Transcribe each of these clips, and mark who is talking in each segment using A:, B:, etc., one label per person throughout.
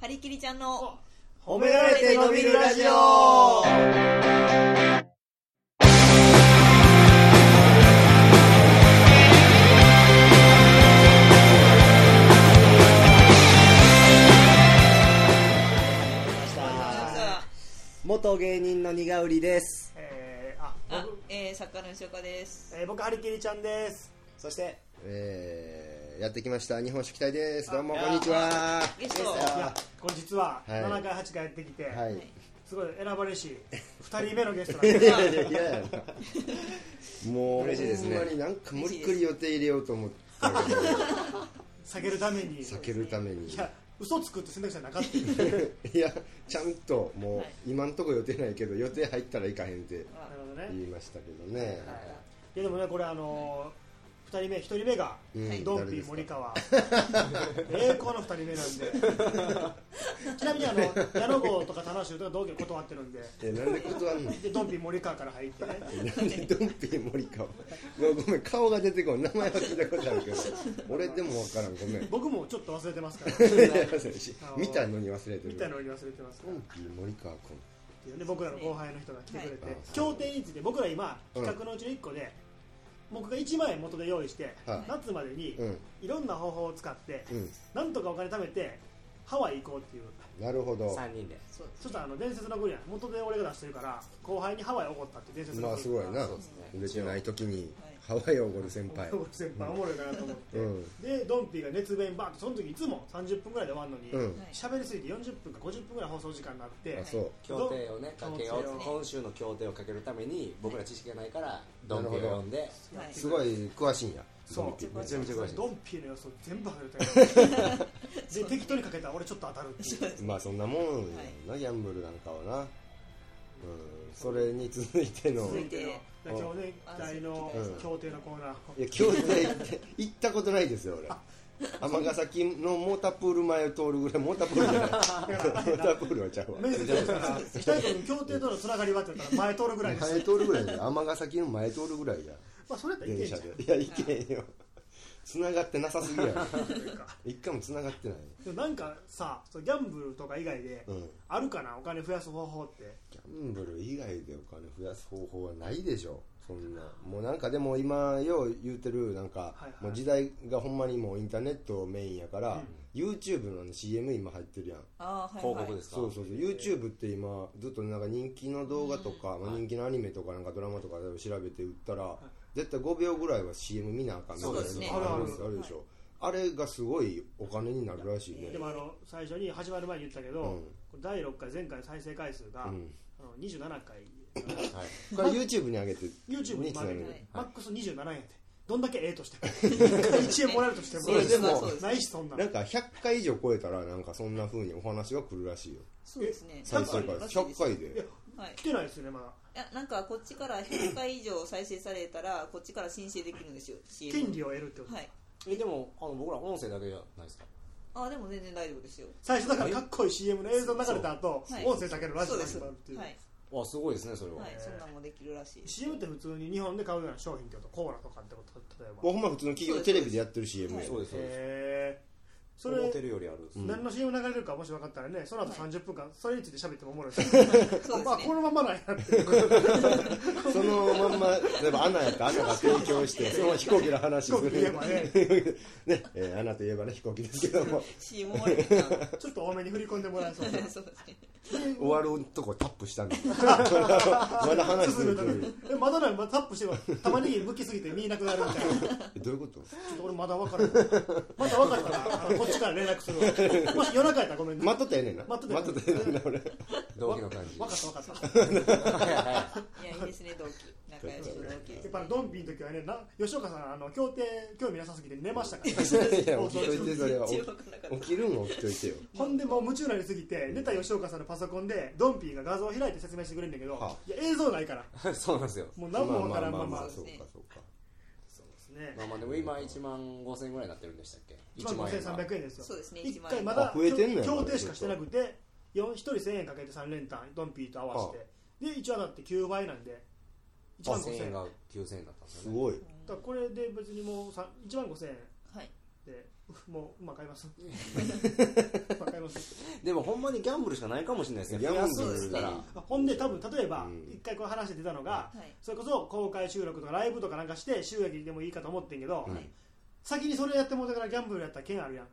A: ハリキリちゃんの
B: 褒
A: められて伸びるラジオ
B: 元芸人の苦売りです
C: えー、あ
A: あ
C: 僕、
A: えー、作家の吉岡です。
C: えー、僕、ハリキリちゃんです。
B: そして
D: えーやってきました日本式隊ですどうも
B: あ
D: こんにちは
A: ゲスト、
C: いや、これ実は、
D: はい
C: 7回、8回やってきて、
D: はい
A: はい
C: すごい選ばれしい、2人目のゲストなん
D: い
C: で
D: やいやいやもう
B: 嬉しいですね
D: ほんまになんか無理くり予定入れようと思ったけど
C: す、避けるために、い
D: 避けるために
C: や、嘘つくって選択肢はなかったよ
D: いやちゃんともう、
A: はい
D: 今んとこ予定ないけど予定入ったらいかへんって
C: なるほど
D: 言
C: ね。
D: いましたけどね、
C: いや、でもね、これ、あのー、2人目、1人目が、
D: うん
C: ドン
D: 誰
C: ピー、
D: ですか
C: 森川、栄光の2人目なんで、ちなみに、あの、矢野郷とか、田中修とか、同期は断ってるんで、
D: えなんで断んの
C: で、ドンピー、森川から入ってね、
D: なんでドンピー森川ごごめん顔が出てこん名前は聞いたことあるけど俺でもわからんごめん
C: 僕もちょっと忘れてますから、
D: 見たのに忘れて
C: み
D: る
C: たいなのに忘れてますから
D: ドン。ピー森川君
C: っていうね僕らの後輩の人が来てくれて、
D: はい
C: 協定について僕ら今
D: うん
C: 企画のうちの1個で、僕が1万円元で用意して、
D: はい
C: 夏までに
D: うん
C: いろんな方法を使って、
D: うん
C: なんとかお金貯めてハワイ行こうっていう
D: なるほど
B: 3人で
A: そう
C: そしたらあの伝説のグリアン元で俺が出してるから後輩にハワイおごったっていう伝説の
D: まあすごいな
B: そうですね
D: 売れてない時にハワイをおごる先輩
C: 僕先輩おもろいかなと思って、
D: うん
C: でドンピーが熱弁バーンとその時いつも30分ぐらいで終わるのに
D: うん
C: 喋、りすぎて40分か50分ぐらい放送時間になって、
D: あそう
B: 協定をねかけよ
C: そう
B: う今週の協定をかけるために僕ら知識がないからドンピ
D: なるほ
B: を
D: ど
B: 呼んで
A: はい
D: すごい詳しいんや
C: そう
B: めちゃめちゃ詳しい
C: ドンピーの予想全部外れた よで適当にかけたら俺ちょっと当たるっていう
D: まあそんなもんやなギャンブルなんかはなうんそれに続いての
C: 続いて
D: うん
C: の今日ね期待の
D: うん
C: 協定のコーナー
D: いや京都へ行って行ったことないですよ俺尼崎のモータープール前を通るぐらいモータープールじゃないモータープールはちゃうわ
C: 面接ですから2人との協定とのつながりはって言ったら前通るぐらいです
D: 前通るぐらいじゃ尼崎の前通るぐらいじゃ
C: まあそれだったらいけ
D: 電
C: んじ
D: 車
C: ゃん
D: でいや行けへんよ繋がってなさすぎやろ
C: というか
D: 一回も繋がってない
C: でもなんかさそうギャンブルとか以外で
D: うん
C: あるかなお金増やす方法って
D: ギャンブル以外でお金増やす方法はないでしょそんなもうなんかでも今よう言うてるなんか、
C: はいはい
D: もう時代がほんまにもうインターネットメインやから、YouTube のあの CM 今入ってるやん
A: あーはい
B: 広
A: はい
B: 告ですか
D: そうそうそう YouTube って今ずっとなんか人気の動画とか、まあ、人気のアニメとかなんかドラマとかで調べて売ったら、絶対5秒ぐらいは CM 見なあかんみたいな
B: そうですね
D: あるんですよあるでしょ、あれがすごいお金になるらしいね
C: でもあの最初に始まる前に言ったけど
D: うん
C: これ第6回前回の再生回数があ
D: う
C: の
D: ん
C: 27回
B: はい
D: これ YouTube に上げて
C: YouTube に
D: つな
C: マ
D: げ
C: ネ
D: る
C: でマックス27円やてどんだけええとしても1円もらえるとしても
D: それでも
A: そうです
C: ないしそんなの
D: なんか100回以上超えたらなんかそんな風にお話が来るらしいよ
A: そうですね。
D: 再生回
A: らしいで
D: 100
A: すはい
D: 回
C: いや
D: で
A: い
C: 来てないですよねまだ
A: や。なんかこっちから100回以上再生されたら、こっちから申請できるんですよ。CM
C: 権利を得るってこと、
A: はい。
B: えでもあの僕ら音声だけじゃないですか
A: あーでも全然大丈夫ですよ。
C: 最初だからかっこいい CM の映像流れた後、
A: はい
C: 音声だけのラジ
A: そ
C: オ
A: う
C: に
A: で
C: な
A: す。は
C: る
A: い
C: っていう、。
B: わすごいですねそれは、
A: はい。そんなんもできるらしいです。
C: CM って普通に日本で買うような商品ってことコーラとかってこと例え
D: もう
C: ば
D: ほんま普通の企業テレビでやってる CM や
B: そうですそうです、
C: へえそれ
B: 思ってるよりある、
C: 何の CM 流れるかもし分かったらねその後
A: はい
C: 30分間それについて喋ってもおもろいです、ね、
A: そうです
C: あこ
A: ね。
C: のままなんやっていう
D: そのまんま例えばアナやったらアナが提供してその飛行機の話す
C: 飛行
D: る
C: 機言えばね
D: ねえーアナといえばね飛行機ですけども
A: CM 終わ りか
C: ちょっと多めに振り込んでもらえそうな
A: な。そうですね。
D: 終わるとこタップ したんだまだ話
C: 進む
D: 続いて
C: ために
D: る
C: えまだなんかタップしても玉ねぎ剥きすぎて見えなくなるみたいな
D: え どういうこと
C: ちょっと俺まだ分からない。まだ分かったら、あのこっちから連絡するわ。もし夜中やったらごめんね。
D: 待っとったらええねんな
C: 待っとったら
D: 待っとったらええねんな俺
B: 同期の感じ
C: 分かった分かった。
A: いや、いいですね、同期。仲良しの同期で
C: や
A: す
C: っ。ぱりドンピーの時はね、な吉岡さん、あの、協定、興味なさすぎて寝ましたか
D: い
C: ら
D: や
C: ね。
D: 起きといてそれは
A: 一応分からなかっ
D: 起きるんは起きといてよ
C: ほんでもう夢中になりすぎて、寝た吉岡さんのパソコンで、ドンピーが画像を開いて説明してくれるんだけ
D: はあ
C: ど、いや、映像ないから、
B: そうなんですよ
C: もう何も分からんま
D: まあまあ
C: ま
D: まあ。そうかそうか
C: そうですね
B: まあまあでも今1万5000円ぐらいになってるんでしたっけ
C: 1万5300円ですよ。
A: そうですね
C: 一
A: 1万円
C: 回まだ
D: あ増えてんのや
C: 協定しかしてなくて、よん一人1000円かけて3連単、ドンピーと合わせて。で、一応だって9倍なんで、1万
B: 1000
C: 5000
B: 円
C: 円。
B: が9000円だったんですすよね
D: ごい
C: だからこれで別にもうさ1万5000円
A: た。はい。
C: でうもう馬買います馬買います
B: でもほんまにギャンブルしかないかもしれないですね
D: ギャンブル
B: 増やすんだったら
A: そうで
C: ほんで多分例えば
D: うん
C: 一回こう話して出たのが、
A: はい
C: それこそ公開収録とかライブとかなんかして収益でもいいかと思ってんけど、
A: はい
C: 先にそれやってもうたからギャンブルやったら剣あるやん、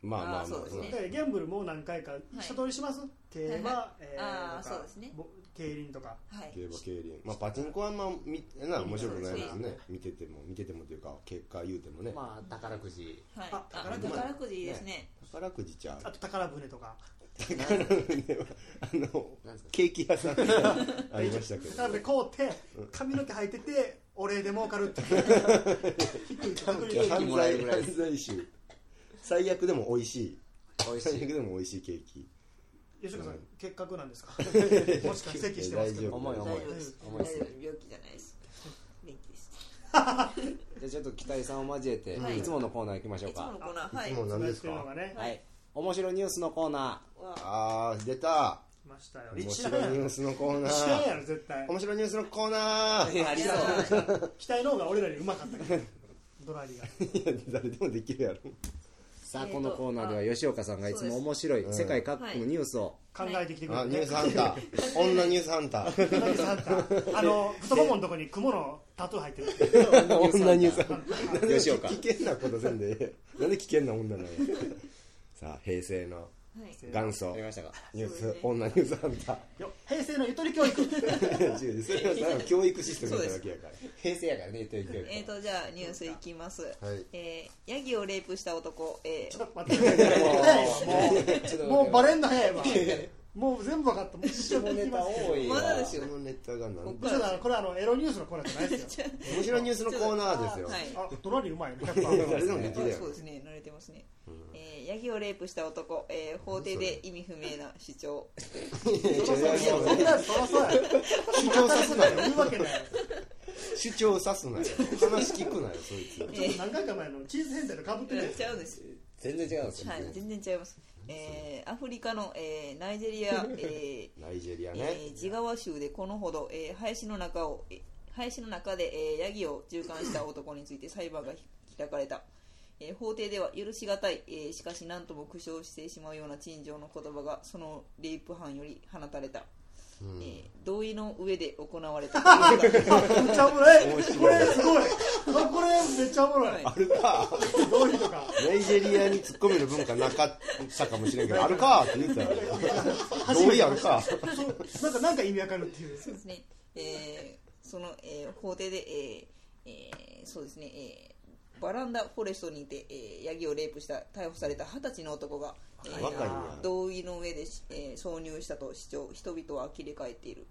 D: まあまあま
A: あ
D: あ
A: ーそうですね
C: だからギャンブルもう何回か一通りします、競馬、
A: はいは
C: え
A: あー
C: とか
A: そうですね
C: ぼ競輪とか
A: はい
D: 競馬競輪まあパチンコはあんま見な面白くないです
A: そう
B: です
D: ね
B: ね
D: 見てても見ててもというか結果言うてもね、
B: まあ宝くじ
A: はい、
C: あ
A: あ
C: 宝
A: 宝
C: く
A: く
C: じ
A: じいいですね
D: 宝くじちゃう
C: あと宝船とか
D: 宝くじはあの
B: なんですか
D: ケーキ屋さんみたい なのありましたけど
C: 宝船買うて髪の毛生えててお礼で儲かるって 低い低い
B: ケーキ
D: 犯
B: もらえる
D: 罪
B: ぐらい
D: 犯罪集最悪でも美味しい
B: 美味し
D: 最悪
B: い
D: でも美味しいケーキ
C: 吉岡さん、
D: うん
C: 結核なんです かもしかして咳してますけど
D: 大丈夫
B: 重い
A: 大
B: 重い
A: 丈夫です
B: 重
A: 大
B: い
A: 丈
B: です
A: 夫病気じゃないです元気です
B: じゃあちょっと期待さんを交えて、
A: はい
B: い、つものコーナー行きましょう
A: いつも
B: か
A: のコーナーはいい
D: つも何です
C: そうやってるの
D: か
C: がね、
B: はい面白ニュースのコーナ
A: は
D: あー出た
C: 来ましたよ
D: 面
C: 知
D: 白
C: ら
D: い
C: んや
D: ニュ
C: ろ
D: ースのコーナ
C: 知らんや
D: ー
C: ろ絶対
D: 面白いニュースのコーナー
B: ーありがとうございます
C: 期待の方が俺らにうまかったからドラリが
D: いや誰でもできるやろ
B: さあこのコーナーでは吉岡さんがいつも面白い
D: そうです
B: 世界各国のニュースを
C: 考えてきてくれ
D: あ
C: て
D: ニュースハンター女ニュースハンタ ー
C: 高木さんか あの太もものとこに雲のタトゥー入ってるっていう
D: 女ニュースハンター
B: 吉岡
D: なんで危険なことせんでええなんで危険な女なのさあ平成の
A: はい
D: 元祖
B: やりましたか
D: ニュー
A: そう
D: ス
A: ですね
D: 女ニュースハンター
C: よ平成のゆとり教育
D: 違うそれはただの教育システムなだけやか
B: 平成やからね言ってるけど
A: えーとじゃあニュースいきます
D: らはい
A: えーヤギをレイプした男、え
C: ち
A: ー
C: ょっと待って早い
B: ち ょっ と
C: もうもうバレんの早いわもう全部分かったもう一
B: 下
C: 生で
B: ネ
C: きま
B: タ
C: す
B: 多いわ
A: まだです
D: そ
A: よ
D: のネタが何
C: ちょっとあのこれあのエロニュースのコーナーじゃないですよ
D: 面白いニュースのコーナーですよ、
A: はい
C: あドラリうまいねやっ
D: 誰でも
C: ぱ
D: できるや
A: あ
D: ん
A: そうですね慣れてますね、えーヤギをレイプした男、えー法廷で意味不明な主張
C: そりゃそうやそんなやつそりゃそうや
D: 主張さすなよ
C: 言うわけない
D: 主張さすなよ話聞くなよそいつ
A: え
C: ちょっと何回か前のチーズ変態とかぶってるやつ
A: ちゃうんです
B: 全然違うんですよ、
A: はい全然違います、えーアフリカの、えーナイジェリア、えー
D: ナイジェリアね、
A: えージガワ州でこのほど、えー林の中を、えー林の中で、えーヤギを従姦した男について裁判が開かれた、えー法廷では許し難い、えーしかし何とも苦笑してしまうような陳情の言葉がそのレイプ犯より放たれた、
D: うん
A: えー同意の上で行われたということだ
C: めっちゃおもろい
D: 面白い
C: これすごいあこれめっちゃおもろい
A: はい
D: あるか
C: どういうとか
D: ナイジェリアに突っ込める文化なかったかもしれんけどあるかって言ってたら同意あるか
C: そうなんかなんか意味わかるっていう
A: そうですね、えーその、えー法廷で、えーえーそうですね、えーバランダフォレストにて、えーヤギをレイプした逮捕された二十歳の男が、えー
D: 若いな
A: 同意の上で、えー挿入したと主張人々は呆れ返っている、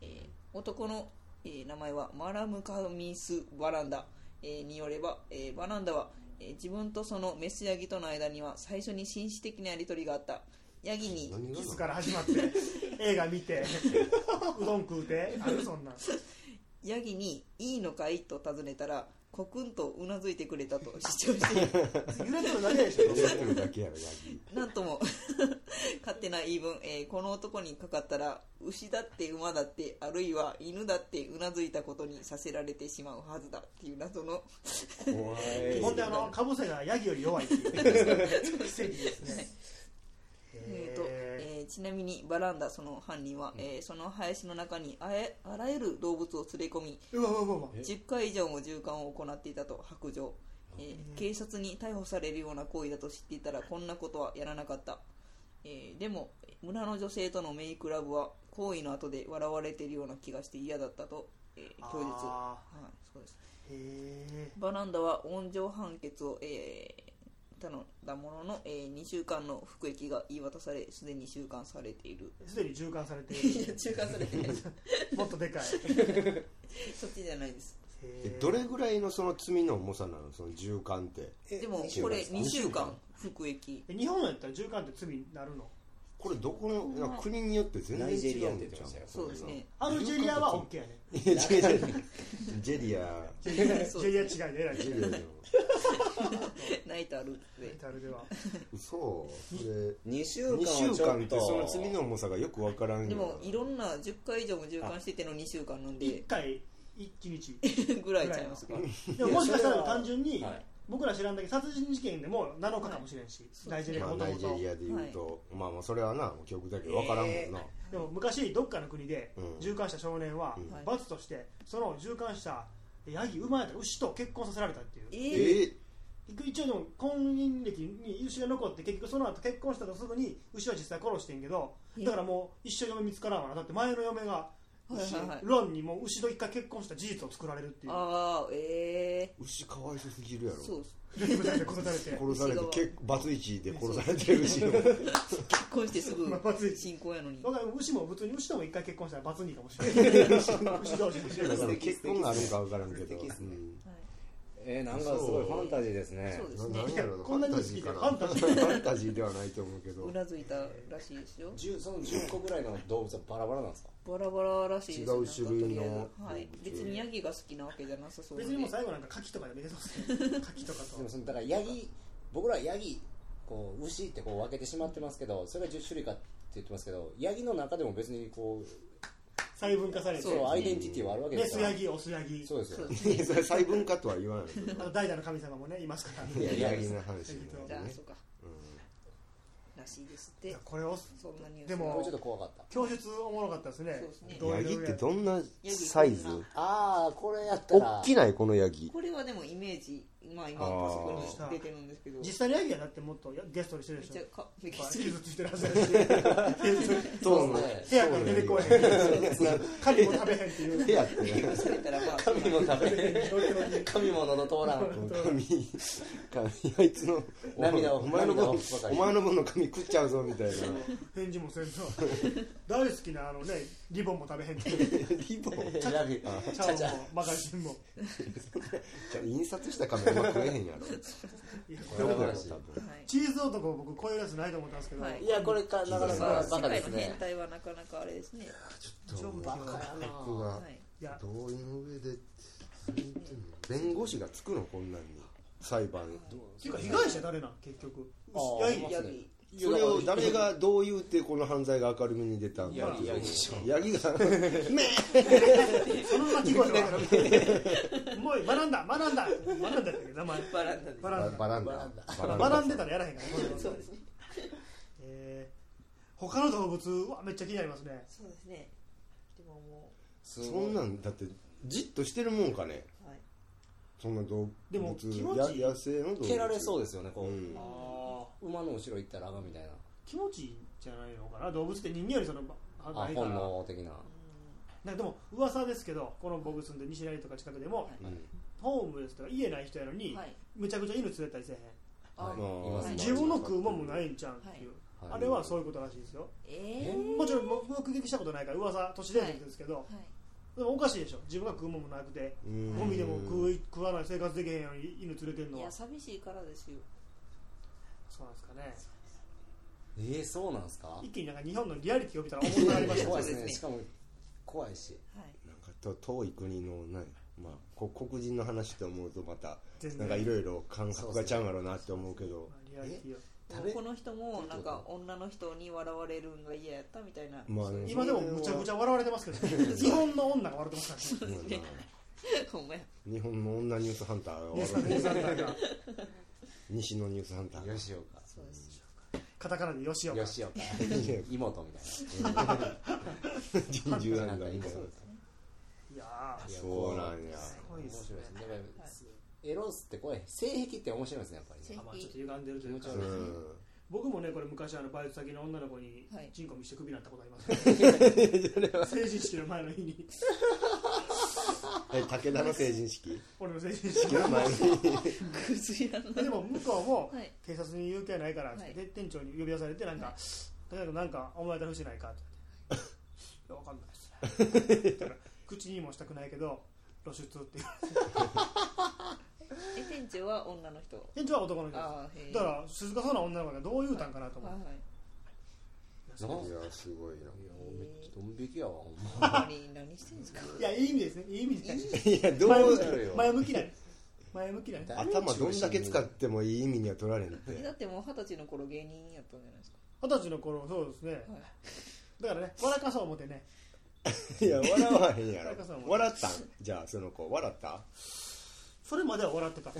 A: えー男の、えー名前はマラムカミス・バランダ、えーによれば、えーバランダは、えー自分とそのメスヤギとの間には最初に紳士的なやり取りがあったヤギに
D: 何が
C: キスから始まって映画見てうどん食うてあるそんなん
A: ヤギに「いいのかい?」と尋ねたらコクンとうなずいてくれたと 主張している
C: 揺れてるだけでしょ
D: 言ってるだけやろヤギ
A: なんとも 勝手な言い分、えーこの男にかかったら牛だって馬だってあるいは犬だってうなずいたことにさせられてしまうはずだっていう謎の
B: 怖い
C: ほんであのかぶせがヤギより弱いっていう奇跡ですね
A: えーと
C: え
A: えーちなみにバランダその犯人は、えーその林の中にあえあらゆる動物を連れ込み
C: ーうわうわうわうわ
B: え
A: 10回以上も従艦を行っていたと白状、えー警察に逮捕されるような行為だと知っていたらこんなことはやらなかった、えーでも村の女性とのメイクラブは行為の後で笑われているような気がして嫌だったと、えー供述は
C: あ
A: いそうです
C: ーへ
A: バランダは温情判決を、えー頼んだものの、え2週間の服役が言い渡されすでに収監されている
C: ーすでに循環され てい
A: いや
C: る
A: 収監されてない
C: もっとでかい
A: そっちじゃないです
C: へ
D: え
C: ー
D: どれぐらいのその罪の重さなのその銃管って
A: でも
D: 週間
A: これ
D: ですか
A: 2週間服役
C: え日本やったら循環って罪になるの
D: これどこのなんか国によって全然
B: ナイジェ
D: 違
B: リ
D: う
B: アン
D: ん
B: って言っ
D: で
B: て
D: ちゃ
B: ましたよ
A: そうですね
C: アルジェリアは OK やね
D: ういや違う違うジェリア
C: ジェリアジェリア違いでえらい
D: ジェリアの
A: ナイトあるで
C: タルでは
D: 嘘それ
B: 2週間
D: 2週
B: はちょ
D: 間
B: っ
D: って
B: と
D: その罪の重さがよくわからんよ
A: でもいろんな10回以上も循環してての2週間なん
C: 一
A: で
C: 回一日
A: ぐらいちゃいますか
C: でももしかしたら単純に
B: はい
C: 僕ら知らんだけ殺人事件でも7日かもしれんし、
A: そう
C: ナイジェリア
D: まあ、
C: もと
D: ナ
C: も
D: イジェ
C: と
D: リアでいうと、まあまあそれはな曲だけど分からんもんな、
A: えー
C: でも昔どっかの国で
D: うん
C: 循環した少年は
D: うん
A: はい
C: 罰としてその循環したヤギ馬やった牛と結婚させられたっていう
A: え
D: え
A: ー、
C: 一応でも婚姻歴に牛が残って結局その後結婚したとすぐに牛は実際殺してんけど
A: え
C: だからもう一生嫁見つからんわなだって前の嫁が牛
A: はいはいはい
C: ロンにもう牛と一回結婚した事実を作られるっていう
A: ああえ
D: 牛かわいそうすぎるや
A: ー、
D: ろ
A: そうっす
C: 無罪で殺さ れて
D: 殺されて
A: 牛が
D: 結構バツイチで殺されてる牛 の
A: 結婚してすぐ
C: まあつい
A: 新婚やの に
C: だから牛も普通に牛とも一回結婚したら罰にかもし れない牛同士で
D: だから
B: ら
D: 結
B: 結
D: 婚
B: 婚
D: があ
B: があ
D: るん
B: るん
D: か
B: か
D: 分か
B: 分からら
D: ん
B: ん
D: け
B: け
D: ど
A: は
B: ど、
A: い
B: えー、なんかすごいファンタジーですね
A: そうです
D: な
A: ね
D: なんやろな
C: こんなに好きで
D: フ
C: フ
D: ァ
C: ァ
D: ン
C: ン
D: タ
C: タ
D: ジ
C: ジ
D: ーかなファンタジーではないと思うけど
A: うなずいたらしいですよ
B: 10その10個ぐらいの動物はバラバラなんですか
A: バラバラらしいですよ
D: 違う種類の
A: なんかとりあえずはい
D: 動、物
A: 別にヤギが好きなわけじゃなさそうなん
C: 別
A: で
C: にもう最後なんか牡蠣とかでめでそうですね牡蠣とか
B: でも
C: と
B: そのだからヤギ僕らヤギこう牛ってこう分けてしまってますけどそれが10種類かって言ってますけどヤギの中でも別にこう
C: 細分化されて
B: そうアイデンティティはあるわけ
C: メ
B: です
C: ス
B: から
C: ヤギオスヤギ
B: そうですよ
A: そうです
D: それ細分化とは言わないけ
C: あ
D: ど
C: と代打の神様もねいますから
D: い
B: い
D: や
B: や
D: ヤギの話に
A: じ
D: な
A: ゃ
D: る
A: あ
D: ね
A: そうからしいですって
C: これを
A: そんなニュースが
C: でも
B: これちょっと怖かった
C: 教室おもろかったですね
A: そうですね
D: うんヤギってどんな
A: ヤギ
D: サイズ
B: ああこれやったら
D: 大きないこのヤギ
A: これはでもイメージ、まあ、今
D: あー
A: パソコンに出てるんですけど
C: 実際にヤギはだってもっとゲストにしてる
A: めっ
C: でし
A: ちゃ
C: ょ
A: かめっちゃ
C: 傷ついてるはず だし
B: そうね
C: 部屋から出てこへんカニも食べへんっていう
D: 手やってね
A: それたらまあ
B: 神も食べる
C: 状況に
B: 神ものの通らん
D: 神神あいつの
B: 涙を
D: お前の
B: 涙を
D: 分
B: ばか
D: お
B: り
D: 前の分の髪食っちゃうぞみたいな
C: 返事もせんと大好きなあのねリボンも食べへんっていう
D: リボン
B: ヤギ
C: チャオもマガジンも
D: じゃあ印刷した紙あんま食えへんやろ
C: いや
B: これ
D: 多
B: は
D: 分
A: はい
C: チーズ男僕こういうやつないと思ったんですけど、
A: はい
B: いやこれかなかな
A: まあ
B: かバ
A: 世
B: カで
A: 界
B: す
A: の変
B: ね
A: 態はなかなかあれですね
D: ちょっと
C: バ
D: カやな
A: はい
C: いや
D: 同意の上で続いてんの弁護士がつくのこんなんに裁判
C: ていうか被害者誰なん結局
B: あー
C: ヤギ
B: まあ
A: ヤギ
D: それを誰がどう言うてこの犯罪が明るみに出たんだっていう
B: ヤギヤギでし
D: ヤギが
C: その鳴き声 はもう学んだ学んだ学んだやったっけ名前
A: バランダです
C: バラン
D: バ
C: ダ
D: ランダ
C: 学んでたらやらへんからね
A: そうですね
C: えー他の動物はめっちゃ気になりますね
A: そうですねでもも
B: そ
D: そんなんだってじっとしてるもんかね
A: うはい
D: そんな動
C: でも
D: 物
C: 気持ちいい
D: や野生の動物
B: 蹴られそう
D: う
B: ですよねこう、
D: うん
B: あー馬の後ろ行ったらあかんみたいな
C: 気持ちいいんじゃないのかな動物って人間よりそのあ
B: あ
C: ないから
B: 本能的な
C: なんかでも噂ですけどこの僕住んで西成とか近くでも
D: うん
C: ホームレスとか家ない人やのに、
A: はい
C: むちゃくちゃ犬連れたりせえへん
A: あ
B: はい
D: まあ
A: はい
C: 自分の食うもんもないんちゃうんっていう、
B: はい
C: あれはそういうことらしいですよ、
A: え
C: もちろん僕目撃したことないから噂都市伝説ですけど、
A: ーはい
C: でもおかしいでしょ自分が食うもんもなくて
D: うん
C: ゴミでも食い食わない生活できへんのに犬連れてん
A: い
C: の
A: や
C: は
A: 寂しいからですよ
C: そうなんですかね
B: えー、そうなんですか
C: 一気になんか日本のリアリティを見たら重くなりま した
B: 怖
C: ね
B: い
A: そう
B: です
A: です
B: ね
A: ね
B: しかも怖いし
A: はい
D: なんかと遠い国のねまあこ黒人の話って思うとまた
C: 全然
D: なんかいろいろ感覚がちゃうんやろうなって思うけど
C: リアリティを
B: 食べ
A: この人もなんか女の人に笑われるんが嫌やったみたいな、
D: まあね
C: 今でもむちゃくちゃ笑われてますけどね日本の女が笑ってますか
D: そうやな
A: ほんまや
D: 日本の女ニュースハンター
C: らね姉
D: は
C: さん姉さんが
D: 西のニュースハンター
B: よしよか
A: そうです
C: カタカナでよしよ
B: よしよか 妹みたい
D: 人獣ハンターみたいな
B: ななんか今そうですね
C: いやー
D: そうなんや
C: すごい
B: 面
C: で
B: 白
C: す
B: い
C: ね
B: ですねやっぱりエロスってこれ性癖って面白いですねやっぱりね
C: あまあちょっと歪んでるというか
B: 気持ち
D: う
B: 悪い
D: ん
C: 僕もねこれ昔あのバイト先の女の子に
A: はい
C: チンコ見してクビになったことあります、 成人式の前の日に
D: え武田の成人式
C: 俺の成人式
D: の前に
A: クズやな
C: ででも向こうも
A: はい
C: 警察に言う気はないからっつって、
A: はい
C: で店長に呼び出されてなんか「高、は、なんか思われた節ないか?」って言われて「いやわかん ないっすね」だから口にもしたくないけど露出っていう
A: え店長は女の人
C: 店長は男の人
A: ああへ
C: で
A: え
C: すだから静かそうな女の子がどう言うたんかなと思
A: は
C: っ
A: い
C: て、
B: ない
D: やすごいな
B: やめっちゃドン引きやわほんま
A: はいほんまに何してんですか
C: い、やいい意味ですねいい意味で
D: いや ど
C: 前向
D: う
C: き
B: なるよ
C: 前向きない前向きない
D: 頭どんだけ使ってもいい意味には取られんって
A: だってもう二十歳の頃芸人やったんじゃないですか
C: 二十歳の頃そうですね、
A: はい
C: だからね笑かそう思ってね
D: いや笑わへんやろ笑ったんじゃあその子笑った
C: それまでは笑って た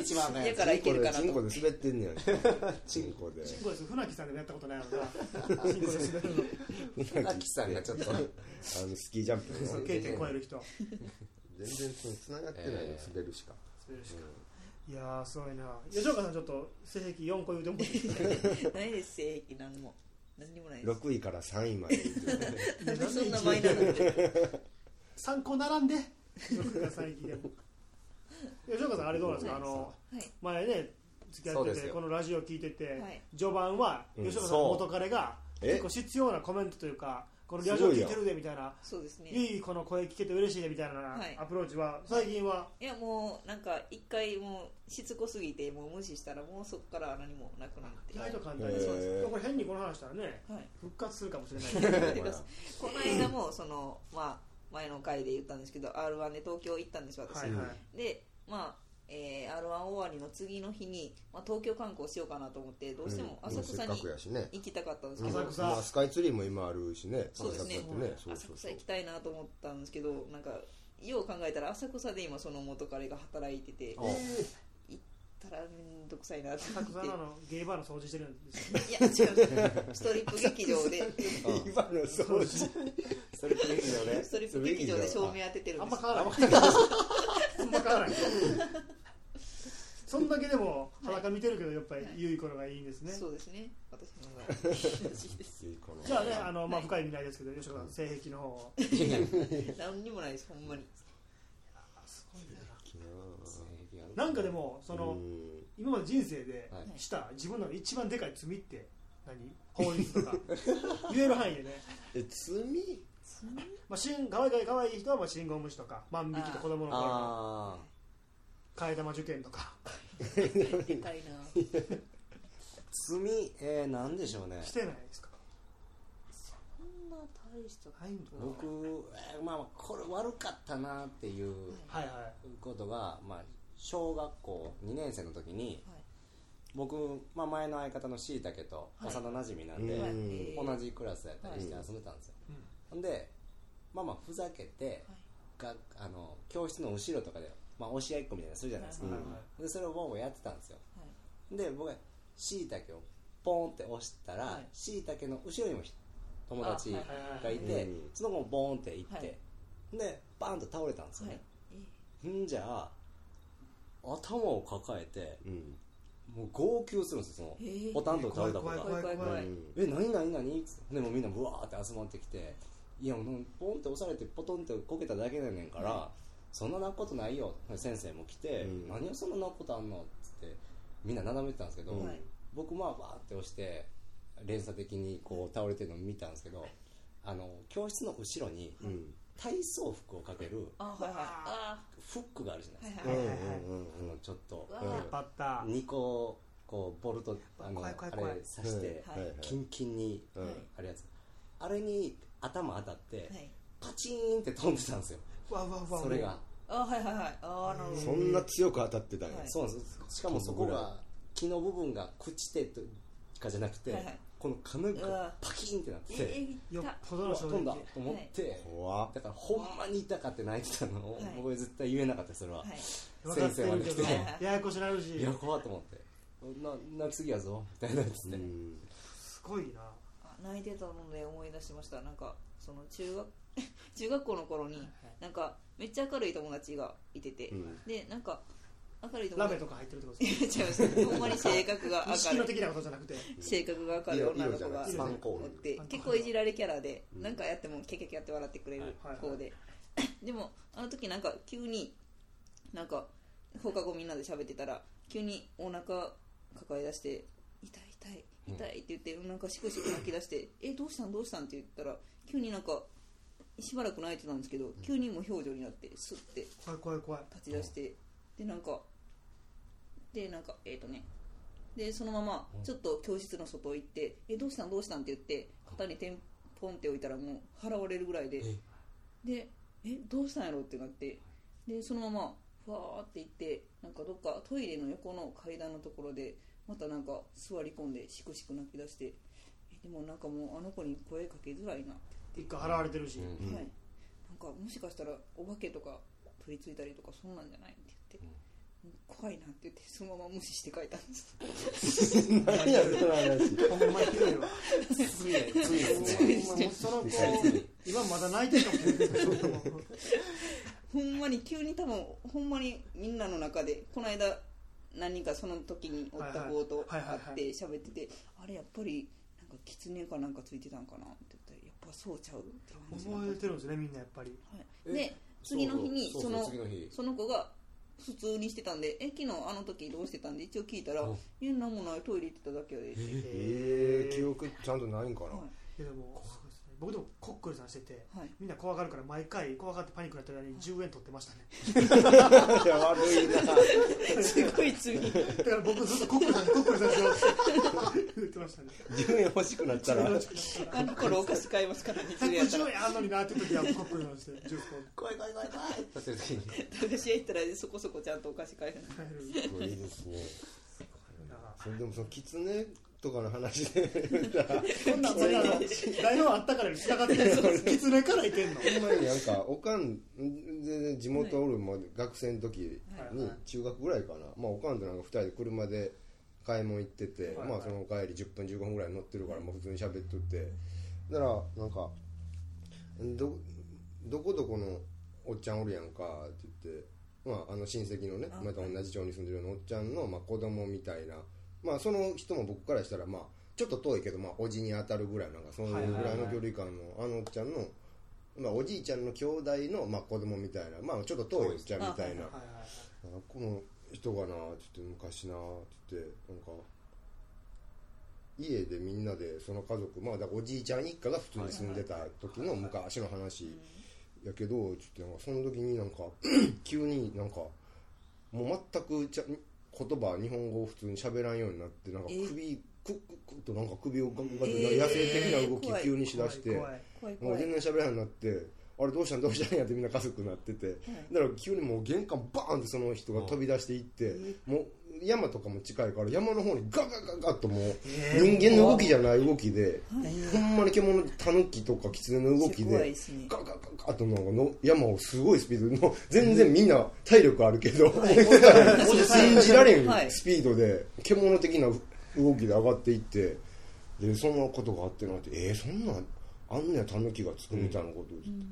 B: 一番
A: だ
B: ね
A: からい
D: チ
A: け
D: ンコ
A: るか
D: で
A: な
D: チンコ
A: と
D: で滑ってんねやんかチンコで
C: チンコです船木さんでもやったことないのなチンコで滑るの
D: 船
B: 秋さんがちょっと
D: あのスキージャンプの
C: 経験超える人
D: 全然その繋がってないの、
B: えー
D: 滑るしか
C: 滑るしかいやーすごいな吉岡さんちょっと性癖4個言うてもらっていいです か
A: ないです正義何も何にもないです
D: 6位から3位まで行ってる
A: なんで そんなマイナー なんで
C: 3個並んで僕が最近でも吉岡さんあれどうなんですかあの
A: はい
C: 前ね付き合っ
B: そう
C: て
B: です
C: て
B: よ
C: このラジオ聞いてて、
A: はい
C: 序盤は
D: うん
C: 吉岡さんの元彼が
D: え
C: 結構必要なコメントというかこのラジオ聞いてるでみたいな
A: そうですね
C: いいこの声聞けて嬉しいでみたいな
A: はい
C: アプローチは最近はい
A: やもうなんか一回もうしつこすぎてもう無視したらもうそこから何もなくなって
C: 意外と簡
D: へ
C: 単
D: ー
C: にそうですこれ変にこの話したらね
A: はい
C: 復活するかもしれない
A: てかこの間もその、まあ、前の回で言ったんですけど r 1で東京行ったんですよ私、
C: はいはい
A: で、まあえ r 1終わりの次の日に、まあ、東京観光しようかなと思ってどうしても
D: うん
A: 浅草
D: ま
A: に
D: あせっかくやしね
A: 行きたかったんです
D: うん
A: けど、
C: 浅草
D: まあ、スカイツリーも今あるしね
A: そうですね
D: 浅草ってねそう
A: 浅
D: そう
A: 草
D: そう
A: 行きたいなと思ったんですけどなんかよう考えたら浅草で今その元彼が働いてて行っ
B: お
A: たら面倒くさいなと
C: 浅
A: 思
C: 草のあ
A: っ
C: のゲイバーの掃除してるんですよ
A: ていや違うんですストリップ劇場 で
D: 今の掃除
B: それっていいよね
A: ストリップ劇場で照明当ててる
C: あ
A: ん
C: ん
A: で
C: ます変わらないあんま変わらないそんだけでも裸見てるけどやっぱり良い頃がいいんですね、
A: そうですね私の 方が正直です
D: いいかな
C: じゃあねあの、まあ、深い意味ないですけど吉岡さん性癖の方を
A: 何にもないですほんまに
C: すごいな
B: な
C: なんかでもその、
D: うん
C: 今まで人生で
B: はい
C: した自分の中で一番でかい罪って何法律とか言える範囲でね、
D: え罪
C: まあ、しん可愛い可愛い人はまあ信号無視とか万引きと子供の頃の
B: あ
C: 替え玉受験とか
A: でかいな
B: あ罪えー、なんでしょうね
C: してないですか
A: そんな大した
C: ないんだ
B: 僕、えーまあまあこれ悪かったなっていう
C: はいはい
B: ことが、まあ、小学校2年生の時に
A: はい
B: 僕、まあ、前の相方のしいたけと
A: はい
B: 幼なじみなんで、
D: うん
B: 同じクラスやったりして
D: はい
B: 遊んでたんですよ、
C: うん
B: ほんでまあまあふざけてがあの教室の後ろとかで、まあ、押し合いっこみたいなのするじゃないですか、
C: はいはい
B: でそれをボンボンやってたんですよで僕がしいたけをポンって押したら
A: はい
B: しいたけの後ろにもひ友達
A: あ
C: はいはい
B: が
C: はい
B: いて
D: うん
B: その子もボーンって行っ
A: は
B: てでバーンと倒れたんですよね
A: は
B: んじゃあ頭を抱えて
D: うん
B: もう号泣するんですよそ
A: へえ
B: のポタンと倒れた子
C: 怖い
B: が
A: い怖い怖い怖い
D: うん
B: え何何何っつってでもうみんなブワーって集まってきていやもうポンって押されてポトンってこけただけだねんから、そんな泣くことないよ先生も来て、
D: うん
B: 何をそんな泣くことあんのっつってみんな斜めてたんですけど、
D: うん
A: はい
B: 僕まあバーって押して連鎖的にこう倒れてるの見たんですけどあの教室の後ろに
D: うん
B: 体操服をかける
A: あはいはいあ
B: フックがあるじゃないですか、
A: はいはい
C: はい
D: うんうんうん
B: あのちょっと
A: うわ
C: バッター
B: 2個こうボルトあの
C: 怖い怖い怖い
B: あれ刺して、
A: はい
D: はい
B: キンキンに
D: うん
A: はい
B: あるやつあれに頭当たって、
A: はい
B: パチーンって飛んでたんですよ
C: うわうわうわ
B: それが
A: あはいはいはいあなる
D: そ
A: ほ
D: んな強く当たってたんや
A: はい
B: そうなんですしかもそこが木の部分が朽ちてとかじゃなくて、
A: はいはい
B: この金具
A: う
B: が
A: わ
B: パキーンってなっ
A: ど
B: て
A: ええ
C: よっ
A: 痛
C: ぽ
B: う
C: ど
B: わ
C: の衝
B: 飛んだ
C: 撃
B: と思って、
D: 怖っ
B: だからほんまに痛かって泣いてたのを、
A: はい
B: 僕絶対言えなかったそれは、
A: はい
C: 分か
B: 先
C: って
B: 生ま
C: る
B: で
C: け
B: 来
C: ど
B: て、
A: はい
C: ややこしなるし
B: い、や怖いと思ってな泣きすぎやぞみたいなやつ
D: う
B: で、
D: ん
C: すごいな
A: あ泣いてたので思い出しましたなんかその中学 中学校の頃になんかめっちゃ明るい友達がいてて、
D: うん
A: でなんか明るい友
C: ラ
A: 達
C: メとか入ってるってこと
A: い
C: で
A: や違いますほんまに性格が
C: すか
A: 明
C: 式の
A: るい
C: 的なことじゃなくて
A: 性格が明るい女の子が
D: 色
B: ス
D: じ
B: パ
D: ゃな
B: ン
D: い
B: コ
A: おっ
B: ール
A: て結構いじられキャラで何かやってもケケケやって笑ってくれる
C: はい
A: 子で でもあの時なんか急になんか放課後みんなで喋ってたら急にお腹抱え出して痛い痛い痛いって言ってなんかしくしく泣き出して「えどうしたんどうしたん?」って言ったら急になんかしばらく泣いてたんですけど急に無表情になってスッて
C: 怖い怖い怖い
A: 立ち出してでなんかでなんかえっ、とねでそのままちょっと教室の外行って「えどうしたんどうしたん?」って言って肩にテンポンって置いたらもう払われるぐらいでで「えどうしたんやろ?」ってなってでそのままふわーって行ってなんかどっかトイレの横の階段のところでまたなんか座り込んでしくしく泣き出して「えでもなんかもうあの子に声かけづらいな」
C: 一回払われてるし、
B: う
A: は
B: ん
A: い、なんかもしかしたらお化けとか取り付いたりとかそんなんじゃないって言って、怖いなって言ってそのまま無視して書いたんです
B: 何やその話
C: ほんまひどいわ
B: ついつい
C: ほん
B: ですね
C: まもうその子今まだ泣いてるかもしれない
A: ほんまに急に多分ほんまにみんなの中でこの間何人かその時におった子と
C: はいは
A: 会
C: いはいはいはい
A: って喋っててあれやっぱりなんか狐かなんかついてたんかなって言ったらやっぱそうちゃうって感じ
C: 覚えてるんですねみんなやっぱり
A: はい、で次の日に
B: そう
A: そ
B: そう
A: の
B: 次の 日
A: その子が普通にしてたんで「え昨日あの時どうしてたんで?」一応聞いたら
B: うん
A: 「えなんもないトイレ行ってただけやで」って言って
D: ええ記
C: い
D: 憶ちゃんとないんかな、
A: はい
C: やでもすごいですね僕でもコックルさんしてて
A: はい
C: みんな怖がるから毎回怖がってパニックになってる間に10円取ってましたね
D: いや悪い な
A: すごい罪
C: だから僕ずっとコックルさんコックルさんしようって言ってましたね
B: 10円欲しくなったら
A: あの頃お菓子買います からね釣りやったら
C: 110円あんのになって時はコックルさんして10個
B: 怖い怖い怖い怖いってなってる時に
A: 駄菓子屋行ったらそこそこちゃんとお菓子買える
C: 買える
D: すごいですね
C: な
D: それでもその狐とかの話で
C: そんなんもう今の台本あったからに繋がってるキツネからいけんの
D: ほんまになんかおかん全然地元おるもん学生の時に中学ぐらいかな、まあ、おかんとなんか2人で車で買い物行ってて、
C: はいはい
D: まあその帰り10分15分ぐらい乗ってるからもう普通に喋っとってだからなんかどどこどこのおっちゃんおるやんかって言って、まあ、あの親戚のね
A: あ
D: また同じ町に住んでるようなおっちゃんの、まあ、子供みたいな、まあ、その人も僕からしたら、まあ、ちょっと遠いけど、まあ、おじに当たるぐらいなんかそういうぐらいの距離感のあのおっちゃんの、まあ、おじいちゃんの兄弟の、まあ、子供みたいな、まあ、ちょっと遠いおっちゃんみ
C: はい
D: たいな。
C: はいはい
D: あこの人がなちょっと昔なって言ってなんか家でみんなでその家族まあだからおじいちゃん一家が普通に住んでた時の昔の話やけどちょっとなんかその時になんか 急になんかもう全くちゃ言葉日本語を普通に喋らんようになってなんか
A: え
D: 首クックックッとなんか首をガンガン
A: え
D: と
A: ー
D: 野生的な動き
A: 怖い
D: 急にしだして。
C: 怖い
A: 怖い
D: もう
A: 怖い
D: 全然喋らんようになってあれどうしたんどうしたんやってみんな家族になってて、だから急にもう玄関バーンってその人が飛び出していって、もう山とかも近いから山の方にガガガガッともう
C: えー
D: 人間の動きじゃない動きで、ほんまに獣タヌキとかキツネの動き
A: 怖い
D: で
A: ですね
D: ガガガガッとなんかの山をすごいスピードでの全然みんな体力あるけど、信じられ
A: は
D: ん
A: い
D: スピードで獣的な動きで上がっていってでそんなことがあってなってえー、そんなんあんねやタヌキがつくみたいなこと言って、